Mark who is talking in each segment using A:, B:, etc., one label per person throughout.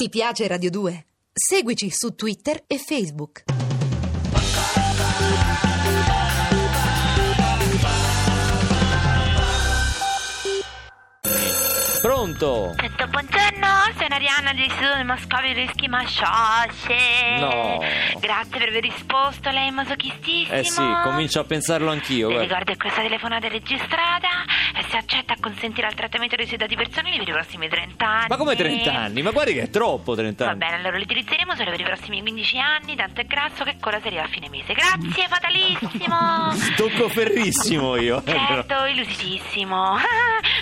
A: Ti piace Radio 2? Seguici su Twitter e Facebook.
B: Pronto?
C: Detto buongiorno, sono Arianna dell'Istituto del Moscovi Rischi Masciosce.
B: No.
C: Grazie per aver risposto, lei è masochistissimo.
B: Eh sì, comincio a pensarlo anch'io.
C: Le
B: guarda.
C: ricordo che questa telefonata è registrata e se accetta consentirà il trattamento dei suoi dati personali per i prossimi 30 anni.
B: Ma come 30 anni? Ma guardi che è troppo 30
C: Va
B: anni.
C: bene, allora li utilizzeremo solo per i prossimi 15 anni, tanto è grasso che cosa arriva a fine mese. Grazie, fatalissimo!
B: Tocco ferrissimo io. eh, però.
C: Certo, illusitissimo.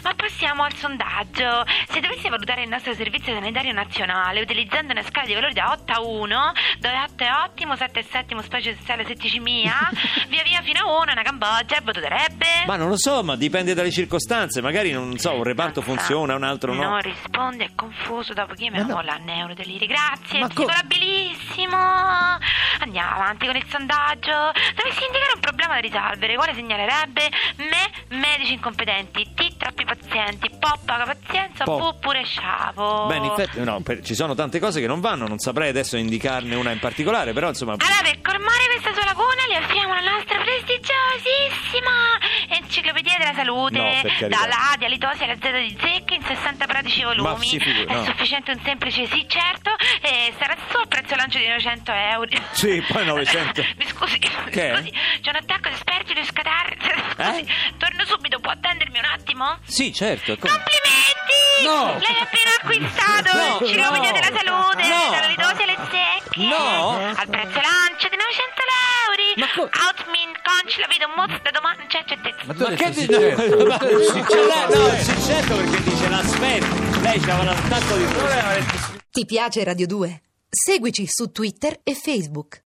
C: Ma passiamo al sondaggio. Se dovessi valutare il nostro servizio sanitario nazionale utilizzando una scala di valori da 8 a 1, dove 8 è ottimo, 7 è settimo, specie se sale setticimia, via via fino a 1, una Cambogia, e voterebbe?
B: Ma non lo so, ma dipende dalle circostanze. Magari non so, un reparto funziona, un altro no.
C: Non risponde, è confuso, dopo
B: Ma no.
C: chiamiamo la neurodeliri. Grazie,
B: Ma co-
C: psicolabilissimo. Andiamo avanti con il sondaggio. Dovessi indicare un problema da risolvere, quale segnalerebbe? Me, medici incompetenti, T, troppi pazienti, P, poca pazienza,
B: Po-
C: V, pure sciavo.
B: Beh, in effetti, no, per- ci sono tante cose che non vanno, non saprei adesso indicarne una in particolare, però insomma.
C: Allora, per colmare questa sua laguna, le offriamo la nostra prestigiosissima enciclopedia della salute.
B: No, per carità.
C: Dalla A di alitosi alla Z di zecche in 60 pratici volumi.
B: Ma si figuri- no.
C: È sufficiente un semplice sì, certo, e sarà solo il prezzo lancio di 900 euro.
B: Sì, poi 900.
C: mi scusi, mi
B: Che è?
C: scusi, c'è un attacco di spergine scatarre. Scusi,
B: Eh?
C: torno subito, può attendermi un attimo?
B: Sì, certo. è
C: Ah!
B: come-
C: Complimenti!
B: No.
C: Lei ha appena acquistato
B: No,
C: l'enciclopedia
B: no.
C: della salute,
B: No.
C: dalle dosi alle zecche.
B: No.
C: Al prezzo lancio di 900 euro.
B: Ma co-
C: Outmin conci la vedo mozza da domani, cioè, non c'è certezza.
D: Ma tu
B: Ma che
D: dici?
B: dice? Ma- eh, Ce l'ha- no, sì, certo perché dice l'aspetto. Lei c'aveva l'attacco di problema.
A: Ti piace Radio 2? Seguici su Twitter e Facebook.